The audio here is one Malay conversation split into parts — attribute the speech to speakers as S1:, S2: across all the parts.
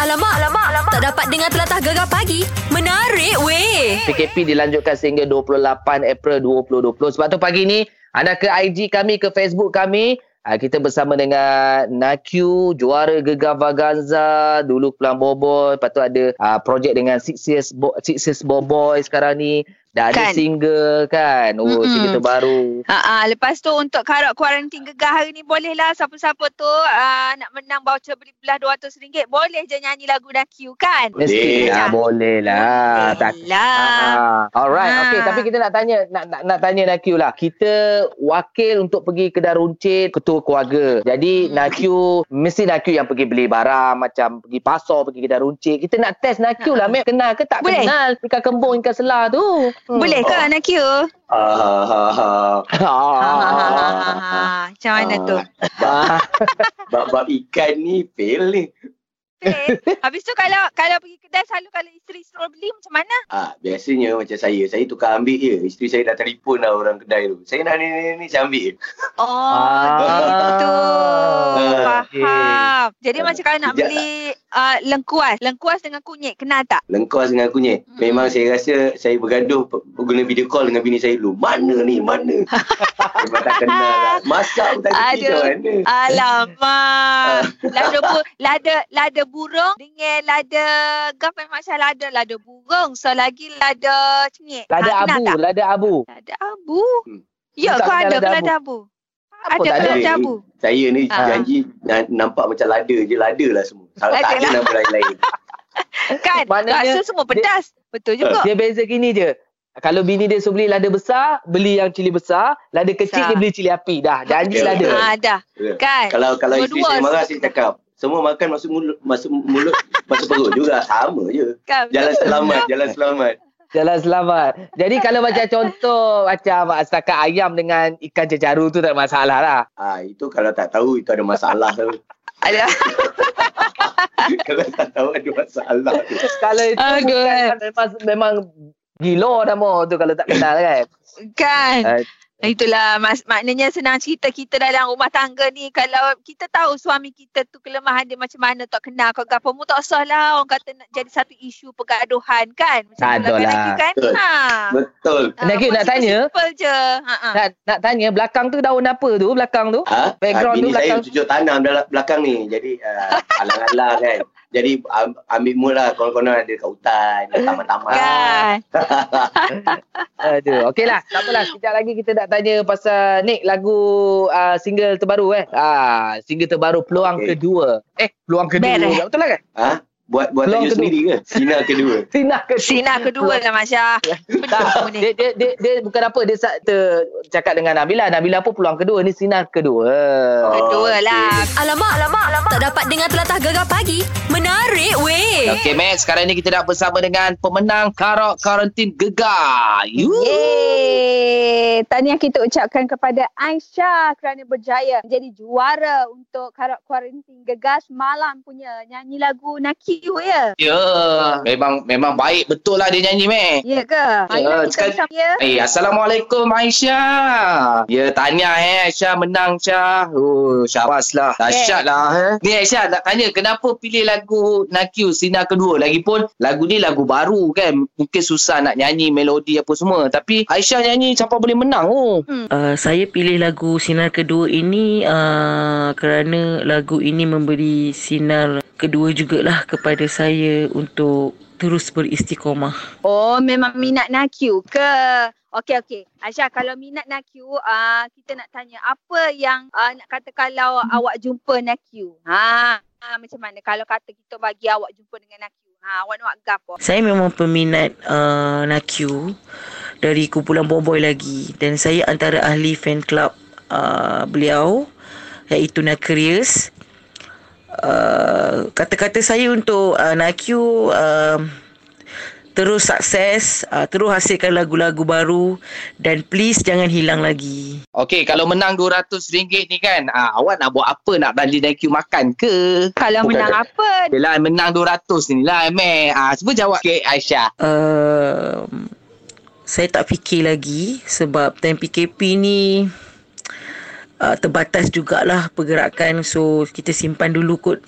S1: Alamak, alamak, alamak. Tak dapat dengar telatah gegar pagi. Menarik weh.
S2: PKP dilanjutkan sehingga 28 April 2020. Sebab tu pagi ni anda ke IG kami, ke Facebook kami. Ah, Kita bersama dengan Nakyu, juara Gegar Vaganza, dulu Pulang Boboi. Lepas tu ada ah, projek dengan Six Years, Bo- Six Years Boboi sekarang ni. Dah ada
S3: Kan.
S2: single kan. Oh,
S3: Mm-mm.
S2: single terbaru.
S3: Ha, lepas tu untuk karok kuarantin gegar hari ni bolehlah siapa-siapa tu uh, nak menang voucher beli belah RM200 boleh je nyanyi lagu Nakiu kan? Boleh.
S2: Mesti ah, boleh lah. Tak
S3: lah.
S2: Ah, alright,
S3: Ah.
S2: okay. Tapi kita nak tanya, nak nak, nak tanya Nakyu lah. Kita wakil untuk pergi kedai runcit ketua keluarga.
S3: Hmm.
S2: Jadi Nakyu mesti Nakyu yang pergi beli barang macam pergi pasar, pergi kedai runcit. Kita nak test Nakyu lah, Mek. Kenal ke
S3: Ah.
S2: tak
S3: Boleh.
S2: kenal ikan kembung, ikan selah tu. Hmm.
S3: Boleh ke oh. Nakiu?
S4: Ah,
S3: Ha, ha, ha, ha, ha, ha.
S2: Ah.
S3: Macam mana tu?
S2: Ah.
S4: Bab-bab ikan ni fail ni.
S3: Boleh. Habis tu kalau kalau pergi kedai selalu kalau isteri suruh beli macam mana?
S4: Ah, biasanya macam saya, saya tukar ambil je. Isteri saya dah telefon lah orang kedai tu. Saya nak ni ni ni, saya ambil je.
S3: Oh,
S2: Ah.
S3: gitu.
S2: Okey. Ah.
S3: Faham. Jadi macam kalau nak
S4: Sekejap
S3: beli uh, lengkuas, lengkuas dengan kunyit, kenal tak?
S4: Lengkos dengan kunyit.
S3: Mm-mm.
S4: Memang saya rasa saya bergaduh pe- guna video call dengan bini saya dulu. Mana ni? Mana? Memang tak kenal lah. Masak pun tak kerti
S3: Aduh.
S4: macam mana.
S3: Alamak. lada bu, lada lada burung dengan lada gaf memang macam lada lada burung. So lagi lada cengit.
S2: Lada
S3: Ah, kenal
S2: abu,
S3: tak?
S2: lada abu.
S3: Lada abu.
S4: Hmm.
S3: Ya,
S2: Tak
S3: kau
S2: kenal
S3: ada
S2: lada
S3: ke lada abu?
S2: Apa
S3: Ada ke
S2: tak ada?
S3: lada abu?
S4: Saya ni
S3: Ah.
S4: janji na- nampak macam lada je. Lada lah semua. Tak,
S3: Lada
S4: tak ada
S3: lah.
S4: nama lain-lain.
S3: Kan?
S2: Maknanya
S3: Rasa semua pedas. Betul juga.
S2: Dia beza gini je. Kalau bini dia suruh beli lada besar, beli yang cili besar. Lada kecil,
S3: Besar.
S2: dia beli cili api. Dah, janji
S4: Betul.
S2: lada.
S3: Ah, dah.
S4: Ya.
S3: Kan?
S4: Kalau kalau isteri
S3: Dua-dua
S4: saya marah
S3: sebab-
S4: saya cakap semua makan masuk mulut masuk mulut masuk perut juga sama je.
S3: Kan?
S4: Jalan selamat, jalan selamat.
S2: Jalan selamat. Jadi kalau macam contoh macam setakat ayam dengan ikan cecaru tu tak ada masalah lah.
S4: Ah itu kalau tak tahu itu ada masalah tu.
S3: Alah.
S4: kalau tak tahu ada masalah tu.
S2: Kalau itu
S3: Aduh, eh.
S2: bukan, memang, memang gila nama tu kalau tak kenal kan.
S3: Kan?
S2: Ah.
S3: Itulah mas, maknanya senang cerita kita dalam rumah tangga ni kalau kita tahu suami kita tu kelemahan dia macam mana tak kenal kau gapo mu tak usah lah orang kata nak jadi satu isu pergaduhan kan macam
S2: Tak
S3: tu
S2: ada
S3: lelaki
S2: lah.
S3: kan
S4: Betul.
S3: ha.
S4: Betul.
S3: Ha,
S2: Nak- nak
S3: macam
S2: tanya? Ah.
S3: simple je ha, ha.
S2: Nak, nak tanya belakang tu daun apa tu belakang tu?
S4: Ha?
S2: Background
S4: Background
S2: tu
S4: bini saya
S2: belakang.
S4: cucuk tanam dalam belakang ni. Jadi uh, alang-alang kan. Jadi am- ambil mood lah konon-konon ada kat hutan, kat taman-taman.
S3: kan
S2: Aduh. Okey lah. Tak apalah. Sekejap lagi kita nak tanya pasal Nick lagu uh, single terbaru eh. Ah, single terbaru peluang
S4: Okey.
S2: kedua. Eh, peluang kedua.
S3: Beres.
S2: Tak Betul lah kan?
S4: Ha? Buat buat
S2: Peluang
S4: tajuk
S2: kedua.
S4: sendiri ke? Sina kedua.
S2: Sinah kedua.
S3: Sina kedua lah Masya
S2: Tak, dia, dia, dia, dia bukan apa dia sa- ter, cakap dengan Nabila Nabila pun peluang kedua ni sinar kedua
S3: kedua lah
S1: Alamak, alamak, alamak. Tak dapat dengar telatah gegar pagi. Menarik weh.
S2: Okey Max, sekarang ni kita dah bersama dengan pemenang Karok Karantin Gegar. You.
S5: Yeay. Tahniah kita ucapkan kepada Aisyah kerana berjaya menjadi juara untuk Karak Kuarantin Gegas malam punya nyanyi lagu Nakiu ya.
S2: Ya, memang memang baik betul lah dia nyanyi Max.
S5: Ya ke? Marilah kita
S2: sekali-
S5: bersama ya.
S2: Eh, Assalamualaikum Aisyah. Ya, tanya eh Aisyah menang Syah. Oh, syabas lah. Dahsyat lah eh. Ni Aisyah nak tanya kenapa pilih lagu Nakyu Sinar Kedua? Lagipun lagu ni lagu baru kan. Mungkin susah nak nyanyi melodi apa semua. Tapi Aisyah nyanyi sampai boleh menang oh.
S6: Uh, saya pilih lagu Sinar Kedua ini uh, kerana lagu ini memberi sinar kedua jugalah kepada saya untuk terus beristiqomah.
S5: Oh memang minat Nakiu ke? Okey okey. Aisyah kalau minat Nakiu uh, kita nak tanya apa yang uh, nak kata kalau awak jumpa Nakiu? Ha, ha macam mana kalau kata kita bagi awak jumpa dengan Nakiu? Ha awak nak gapo?
S6: Saya memang peminat uh, Nakyu dari kumpulan Bomboy lagi dan saya antara ahli fan club uh, beliau iaitu Nakrius. Uh, kata-kata saya untuk uh, Nakyu uh, terus sukses, uh, terus hasilkan lagu-lagu baru dan please jangan hilang lagi.
S2: Okey, kalau menang RM200 ni kan, ah, awak nak buat apa? Nak beli Nakyu makan ke?
S3: kalau
S4: Bukan
S3: menang
S4: tak-
S3: apa
S2: Yelah, lah, menang RM200 ni lah, meh. Ah, cuba jawab sikit, Aisyah.
S6: Uh, saya tak fikir lagi sebab time PKP ni ah, uh, terbatas jugalah pergerakan so kita simpan dulu kot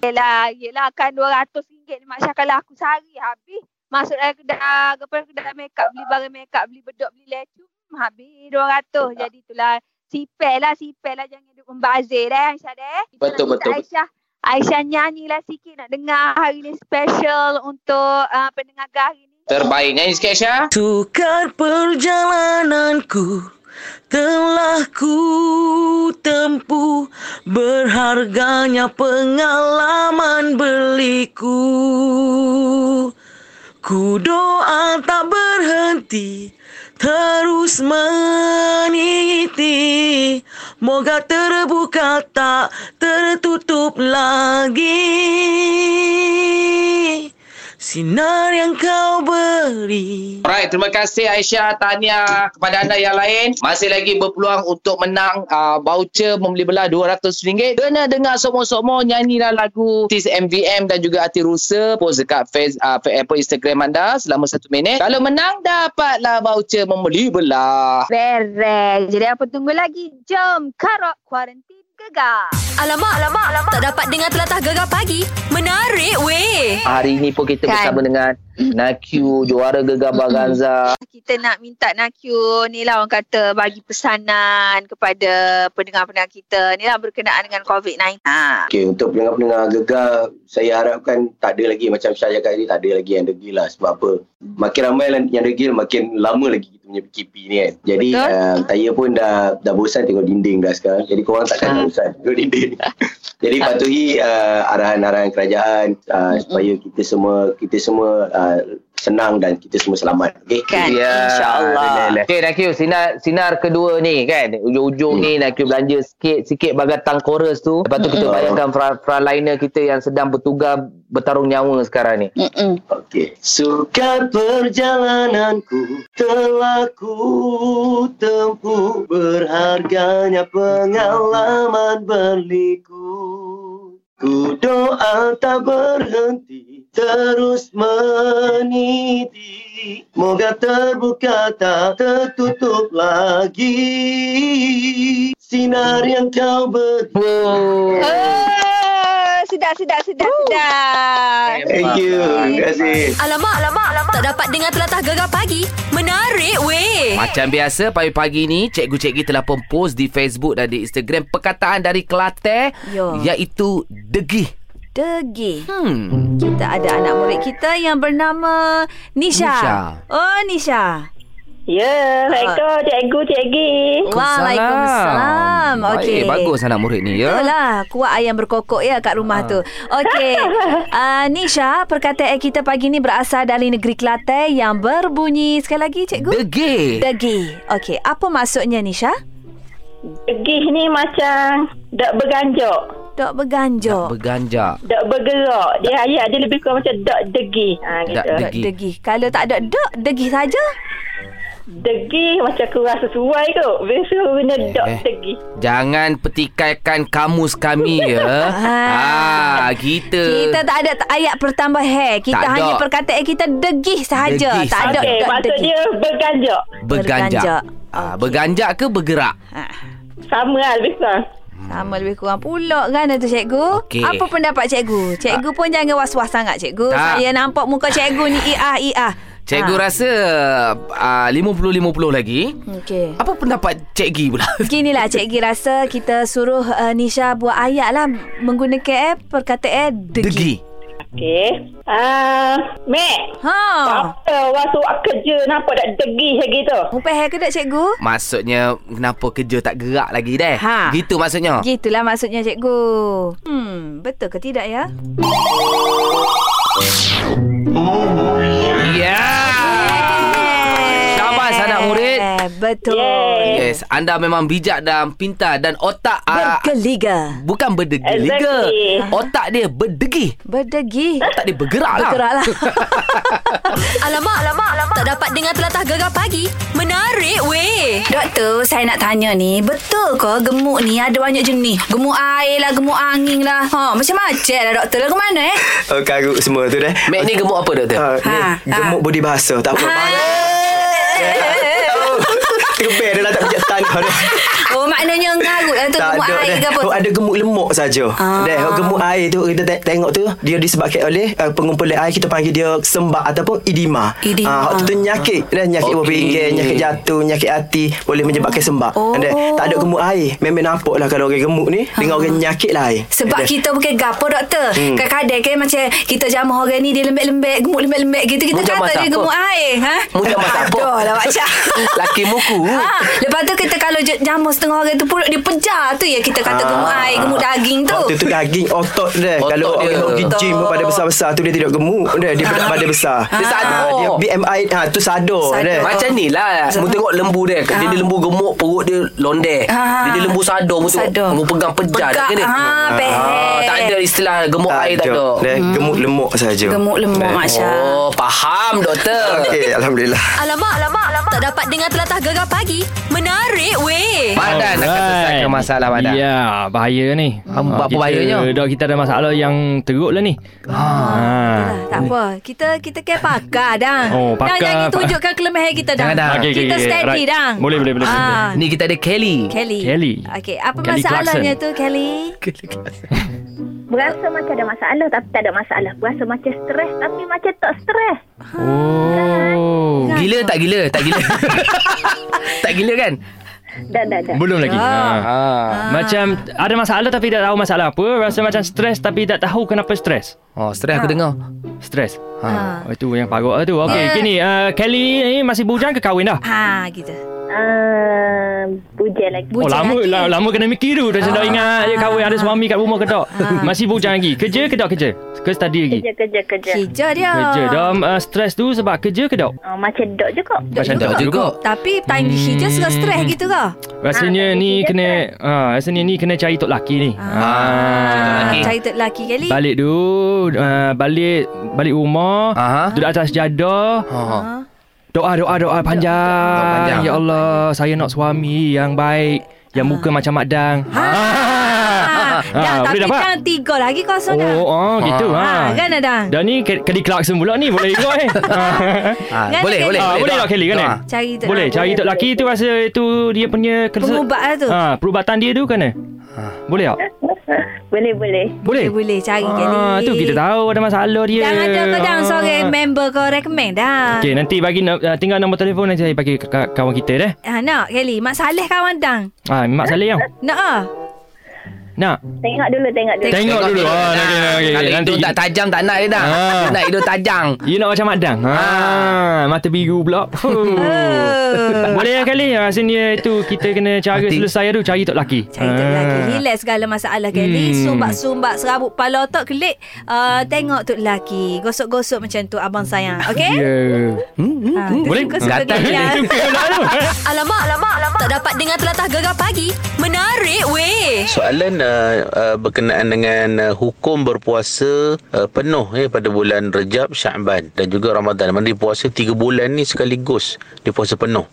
S5: Yelah, yelah kan akan RM200 ni Mak Syah kalau aku sehari habis. Masuk dalam kedai, kepada kedai makeup, beli barang makeup, beli bedok, beli lecu. hmm, Habis RM200. Jadi itulah. Sipel lah, sipel lah. Jangan duk membazir eh Aisyah deh. Kita
S2: Betul,
S5: nak minta
S2: betul,
S5: Aisyah. Aisyah nyanyilah sikit nak dengar hari ni special untuk uh, pendengar hari ni.
S2: Terbaik nyanyi sikit Aisyah.
S6: Tukar perjalananku telah ku tempuh berharganya pengalaman beliku ku doa tak berhenti terus meniti moga terbuka tak tertutup lagi sinar yang kau beri
S2: Alright, terima kasih Aisyah. Tahniah kepada anda yang lain. Masih lagi berpeluang untuk menang uh, voucher membeli belah RM200. Kena dengar somo-somo nyanyilah lagu Tis MVM dan juga Ati Rusa. Post dekat face, uh, apa Instagram anda selama satu minit. Kalau menang, dapatlah voucher membeli belah.
S5: Beres. Jadi apa tunggu lagi? Jom karok kuarantin gegar.
S1: Alamak, alamak, alamak. Tak dapat dengar telatah gegar pagi. Menarik weh.
S2: Hari ini pun kita
S5: Kan.
S2: bersama dengan Nakyu, juara gegar Baganza.
S5: kita nak minta Nakyu ni lah orang kata bagi pesanan kepada pendengar-pendengar kita ni lah berkenaan dengan COVID-19. Ha.
S4: Okey, untuk pendengar-pendengar gegar, saya harapkan tak ada lagi macam saya cakap tadi, tak ada lagi yang degil lah. Sebab apa? Makin ramai lah yang degil, makin lama lagi kita punya PKP ni kan. Jadi,
S5: Betul.
S4: uh, saya pun dah dah bosan tengok dinding dah sekarang. Jadi, korang
S5: Ah.
S4: takkan bosan tengok dinding. Jadi, patuhi uh, arahan-arahan kerajaan uh, supaya kita semua kita semua uh, senang dan kita semua selamat. Okey?
S5: Kan?
S2: Ya, InsyaAllah Okay Nakyu Sinar, sinar kedua ni kan Ujung-ujung ni
S4: Hmm.
S2: Nakyu belanja sikit Sikit bagatang chorus tu Lepas tu kita
S4: Hmm.
S2: bayangkan fra- Frontliner kita yang sedang bertugas Bertarung nyawa sekarang ni
S4: Okey. Suka perjalananku telah ku tempuh berharganya pengalaman berliku. Ku doa tak berhenti terus meniti Moga terbuka tak tertutup lagi Sinar yang kau beri
S2: Wow
S5: Oh, sedap, sedap, sedap, sedap.
S4: Thank you, terima kasih
S1: Alamak, alamak, alamak. Tak dapat dengar telatah gegar pagi. Menarik weh.
S7: Macam biasa pagi-pagi ni cikgu-cikgu telah pun post di Facebook dan di Instagram perkataan dari Kelantan
S8: Yo.
S7: iaitu degih.
S8: Degil.
S7: Hmm.
S8: Kita ada anak murid kita yang bernama Nisha.
S7: Nisha.
S8: Oh, Nisha.
S9: Ya, Assalamualaikum cikgu, cikgi.
S8: Waalaikumsalam. Okey.
S7: Baik, bagus anak murid ni ya. Ah.
S8: Itulah lah. kuah ayam berkokok ya kat rumah tu. Okey. Uh, Nisha, perkataan kita pagi ni berasal dari negeri Kelantan yang berbunyi sekali lagi cikgu.
S7: Degih.
S8: Degi. Okey, apa maksudnya Nisha?
S9: Gih ni macam dak berganjak,
S8: Dok berganjok.
S7: Berganjak.
S9: dak bergerak. Dia ayat dia lebih kurang macam dak degi. Ha
S7: Dak
S9: gitu.
S8: Dok degi. Kalau tak ada dok, degi saja.
S9: Degi macam kurang sesuai kot. Biasa guna dak
S7: Eh.
S9: degi.
S7: Jangan petikaikan kamus kami ya.
S8: Ah.
S7: ah, kita.
S8: Kita tak ada t- ayat pertambah hair. Kita
S7: Tak
S8: hanya
S7: ada.
S8: perkataan kita degih sahaja.
S7: Degih
S8: Tak ada
S9: Okey,
S8: dok
S9: Eh, maksud
S8: degih.
S9: dia berganjak.
S7: berganjak.
S8: berganjak.
S7: Ah, berganjak ke bergerak?
S8: Ha.
S9: Sama lah lebih kurang.
S8: Sama lebih kurang pula kan tu cikgu.
S7: Okey. Ah.
S8: Apa pendapat cikgu? Cikgu pun jangan was-was sangat cikgu.
S7: Tak.
S8: Saya nampak muka cikgu ni iah iah.
S7: Cikgu
S8: ha.
S7: rasa ah, 50-50 lagi.
S8: Okey.
S7: Apa pendapat Cik Gi pula?
S8: Beginilah Cikgi rasa kita suruh uh, Nisha buat ayat lah menggunakan eh, perkataan eh, degi. degi.
S9: Okey. Ah, mek.
S8: Ha.
S9: Apa waktu awak kerja nampak dak degi lagi tu?
S8: Upah ke tak cikgu?
S7: Maksudnya kenapa kerja tak gerak lagi deh?
S8: Ha.
S7: Gitu maksudnya.
S8: Gitulah maksudnya cikgu. Hmm, betul ke tidak ya?
S7: Yeah. Ya. Syabas anak murid.
S8: Eh, betul.
S9: Yeay.
S7: Yes, anda memang bijak dan pintar dan otak ah,
S8: Bergeliga.
S7: bukan berdegil-degil.
S9: Exactly.
S7: Otak dia berdegih.
S8: Berdegi.
S7: Otak dia bergerak lah.
S8: Bergeraklah.
S1: Alamak, alamak, alamak. Tak dapat dengar telatah gegar pagi. Menarik weh.
S8: Doktor, saya nak tanya ni, betul ke gemuk ni ada banyak jenis? Gemuk air lah, gemuk angin lah. Ha, macam-macam lah doktor lah. Ke mana eh?
S10: Oh, karut semua tu dah.
S7: Mek ni gemuk apa doktor?
S10: Uh, ha, ni
S8: Ha,
S10: gemuk body bahasa. Tak apa.
S8: Eh, eh, eh, eh.
S10: Gebel dia lah tak pijak tanah dia.
S8: Oh maknanya ngarut lah tu Gemuk air ke
S10: dah.
S8: apa
S10: Oh, ada gemuk lemuk saja.
S8: Ah.
S10: Ah. Dah oh, gemuk air tu kita te- tengok tu dia disebabkan oleh uh, pengumpulan air kita panggil dia sembak ataupun idima.
S8: Edema.
S10: Ah, waktu tu nyakit, dah nyakit okay.
S7: Okey.
S10: pinggir, nyakit jatuh, nyakit hati boleh menyebabkan sembak.
S8: Oh.
S10: Dah, tak ada gemuk air. Memang nampaklah kalau orang gemuk ni dengan orang nyakit lah air.
S8: Ah.
S10: Dah.
S8: sebab kita bukan gapo doktor. Hmm. Kadang-kadang kan macam kita jamah orang ni dia lembek-lembek, gemuk lembek-lembek gitu kita
S7: Mu jamah
S8: kata dia
S7: siapa?
S8: gemuk air, ha?
S7: Mu jamah siapa?
S8: Aduhlah macam.
S7: Laki muku.
S8: Ha, lepas tu kita kalau je- jamah setengah orang tu perut dia pejar tu ya kita kata
S10: Ah.
S8: gemuk air, gemuk daging tu.
S10: Waktu tu daging otot dia.
S7: Otot
S10: Kalau
S7: dia.
S10: orang pergi gym pun pada besar-besar tu dia tidak gemuk dia. Dia berat badan besar.
S7: Dia sadar.
S10: Ah, Dia BMI ha, tu sadar
S8: Sadar.
S10: dia.
S7: Macam ni lah Mu tengok lembu dia Dia ni lembu gemuk Perut dia londe
S8: Ah.
S7: Dia ni lembu sadar Mu
S8: Sadar.
S7: tengok Mu pegang pejar
S8: Pegak,
S7: dia.
S8: ah, peher.
S7: Tak ada istilah Gemuk air tak ada
S10: Dia gemuk lemuk saja.
S8: Gemuk lemuk Masya.
S7: Oh faham doktor
S10: Okey, alhamdulillah.
S1: Alamak, alamak, alamak. Tak dapat dengar telatah gegar pagi. Menarik weh.
S7: Badan akan selesaikan masalah badan
S11: Ya bahaya ni
S7: Apa- apa
S11: kita-
S7: bahayanya?
S11: Dok kita ada masalah yang teruk lah ni
S8: Dah, tak apa. Kita kita kan pakar dah.
S11: Oh,
S8: Dah
S11: pakar,
S8: jangan
S11: pakar.
S8: tunjukkan kelemahan kita dah.
S7: Jangan dah.
S11: Okey, okey,
S8: kita
S11: okey,
S8: steady
S11: right.
S8: dah.
S11: Boleh, boleh, boleh, boleh.
S8: Ah,
S7: Ni kita ada Kelly
S8: Kelly.
S11: Kelly.
S8: Okey, apa
S11: Kelly
S8: masalahnya tu Kelly?
S9: Berasa macam ada masalah tapi tak ada masalah. Berasa macam stres tapi macam tak stres.
S11: Oh
S8: Kan?
S7: Gila tak gila Tak gila Tak gila kan
S9: Dah, dah, dah.
S11: Belum lagi ha.
S7: Ah.
S11: Macam ada masalah tapi tak tahu masalah apa Rasa macam stres tapi tak tahu kenapa stres
S7: Oh stres aku dengar
S11: Stres
S8: Ha.
S11: ha. Itu yang parut lah tu Okey
S8: Ya.
S11: gini uh, Kelly ni masih bujang ke kahwin dah?
S8: Ha, gitu.
S9: Uh, Pujian lagi.
S11: oh lama
S8: lagi.
S11: la, lama kena mikir tu Dah sedar ingat je kahwin ada suami kat rumah ke tak Masih bujang lagi Kerja ke tak kerja? Ke study lagi?
S9: Kerja, kerja, kerja.
S8: Kerja dia.
S11: Kerja Dalam uh, stres tu sebab kerja ke tak?
S9: Uh, macam dok juga.
S11: Macam
S7: Tak juga
S8: Tapi time hmm. kerja suka stres gitu ke?
S9: Ah,
S11: Rasanya ni
S9: kerja
S11: kena ha, Rasanya ni kena cari tok laki ni
S7: Ah.
S8: Ah,
S7: Lelaki.
S8: cari tu lelaki Kelly.
S11: Ah, Balik tu uh, Balik Balik rumah
S7: Aha.
S11: Duduk atas jadah
S7: Oh.
S11: Doa doa doa panjang.
S7: Doa panjang.
S11: Ya Allah, saya nak suami yang baik, yang muka macam mak dang.
S8: Ha. Ah, dah,
S11: Ah,
S8: tapi
S11: boleh dapat?
S8: dah tiga lagi kosong dah.
S11: Oh, oh gitu ha.
S8: Ah, kan dah.
S11: Dah ni Ke- Kelly Clarkson pula ni Boleh ikut eh Ah.
S7: Ah,
S8: Kan
S7: boleh,
S8: Kelly?
S7: boleh,
S11: Ah, Boleh
S7: Doa.
S11: tak Kelly kan eh
S7: Doa.
S8: Cari tu.
S11: Boleh cari tok laki tu Rasa tu dia punya kerja-
S8: Pengubatan tu.
S11: Ah, Perubatan dia tu kan eh
S7: Ha.
S11: Boleh tak
S9: boleh, boleh.
S11: Boleh
S8: Boleh cari Kelly.
S11: Ah, Tu kita tahu ada masalah dia
S8: Jangan ada kau jangan
S11: Ah.
S8: seorang member kau recommend dah.
S11: Okey, nanti bagi no- ah, tinggal nombor telefon nanti saya bagi ke- ke- kawan kita deh.
S8: Ha, nak Kelly. Mak Saleh kawan dang.
S11: Ah, Mak Saleh yang.
S8: Nak ah.
S11: Nak.
S9: Tengok dulu, tengok dulu.
S11: Tengok dulu.
S7: Tengok
S11: Ah, okey,
S7: dah.
S11: okey,
S7: Kalau
S11: okey.
S7: hidung tak tajam tak nak dia dah.
S11: Ah.
S7: Nak hidung tajam.
S11: You nak macam Mak Dang ha.
S8: Ah.
S11: Mata biru pula
S8: Oh.
S11: Fuh. Boleh lah, kali Rasanya itu Kita kena cara
S7: Nanti.
S11: selesai tu Cari tok laki
S8: Cari tu lelaki lah, Relax segala masalah Kelly
S11: Ah. Hmm.
S8: Sumbak-sumbak Serabut kepala otak Kelik uh, Tengok tu lelaki Gosok-gosok macam tu Abang sayang Okay
S11: yeah.
S8: yeah. ha,
S11: Hmm. Ya. Boleh?
S8: Gatal
S11: Gatal. Suka pula tu.
S1: Alamak, alamak, alamak. Tak dapat dengar telatah gegar pagi. Menarik weh.
S12: Soalan uh, uh, berkenaan dengan uh, hukum berpuasa uh, penuh eh, pada bulan Rejab, Sya'ban dan juga Ramadan. Mana dia puasa tiga bulan ni sekaligus. Dia puasa penuh.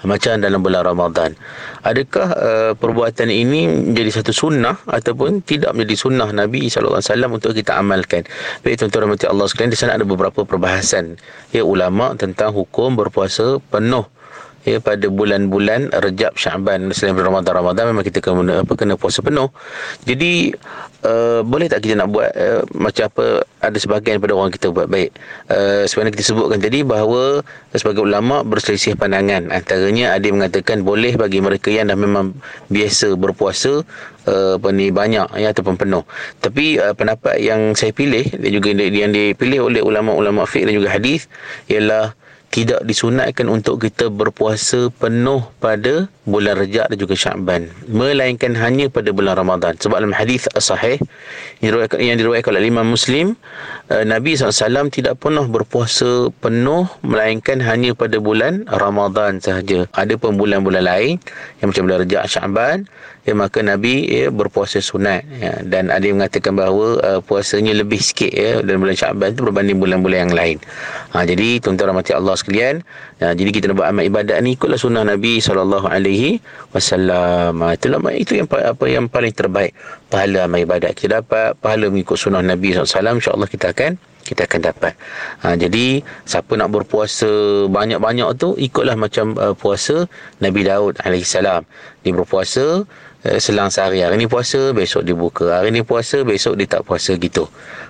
S12: Macam dalam bulan Ramadan. Adakah uh, perbuatan ini menjadi satu sunnah ataupun tidak menjadi sunnah Nabi SAW untuk kita amalkan? Baik tuan-tuan rahmati Allah sekalian, di sana ada beberapa perbahasan. Ya ulama tentang hukum berpuasa penuh ya pada bulan-bulan Rejab Syaban selain daripada Ramadan Ramadan memang kita kena apa kena puasa penuh. Jadi uh, boleh tak kita nak buat uh, macam apa ada sebahagian daripada orang kita buat baik. Uh, sebenarnya kita sebutkan tadi bahawa sebagai ulama berselisih pandangan. Antaranya ada yang mengatakan boleh bagi mereka yang dah memang biasa berpuasa uh, apa ni banyak ya ataupun penuh. Tapi uh, pendapat yang saya pilih dan juga yang dipilih oleh ulama-ulama fiqh dan juga hadis ialah tidak disunatkan untuk kita berpuasa penuh pada bulan Rejab dan juga Syakban melainkan hanya pada bulan Ramadan sebab dalam hadis sahih yang diriwayatkan, yang diriwayatkan oleh Imam Muslim eh, Nabi SAW tidak pernah berpuasa penuh melainkan hanya pada bulan Ramadan sahaja ada pun bulan-bulan lain yang macam bulan Rejab Syakban ya maka Nabi ya, berpuasa sunat ya, dan ada yang mengatakan bahawa uh, puasanya lebih sikit ya dalam bulan Syaban itu berbanding bulan-bulan yang lain. Ha, jadi tuan-tuan rahmati Allah sekalian, ya, jadi kita nak buat amal ibadat ni ikutlah sunnah Nabi sallallahu alaihi wasallam. Ha, Itulah itu yang pa- apa yang paling terbaik pahala amal ibadat kita dapat pahala mengikut sunnah Nabi SAW insya-Allah kita akan kita akan dapat. Ha, jadi siapa nak berpuasa banyak-banyak tu ikutlah macam uh, puasa Nabi Daud alaihissalam. Dia berpuasa uh, selang sehari. Hari ni puasa, besok dia buka. Hari ni puasa, besok dia tak puasa gitu.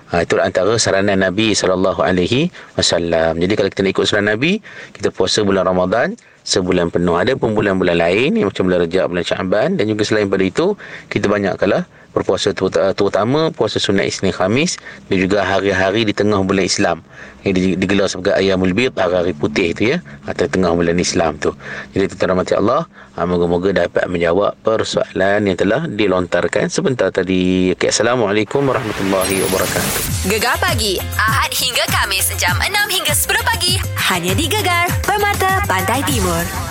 S12: Ha, itu antara saranan Nabi sallallahu alaihi wasallam. Jadi kalau kita nak ikut saranan Nabi, kita puasa bulan Ramadan sebulan penuh. Ada pun bulan-bulan lain macam bulan Rejab, bulan Syaban dan juga selain pada itu kita banyakkanlah berpuasa terut- terutama puasa sunat Isnin Khamis dan juga hari-hari di tengah bulan Islam yang di- digelar sebagai Ayamul Bid hari-hari putih tu ya atau tengah bulan Islam tu jadi tuan rahmati Allah ah, moga-moga dapat menjawab persoalan yang telah dilontarkan sebentar tadi okay, Assalamualaikum warahmatullahi wabarakatuh
S1: Gegar pagi Ahad hingga Kamis jam 6 hingga 10 pagi hanya di Gegar Permata Pantai Timur.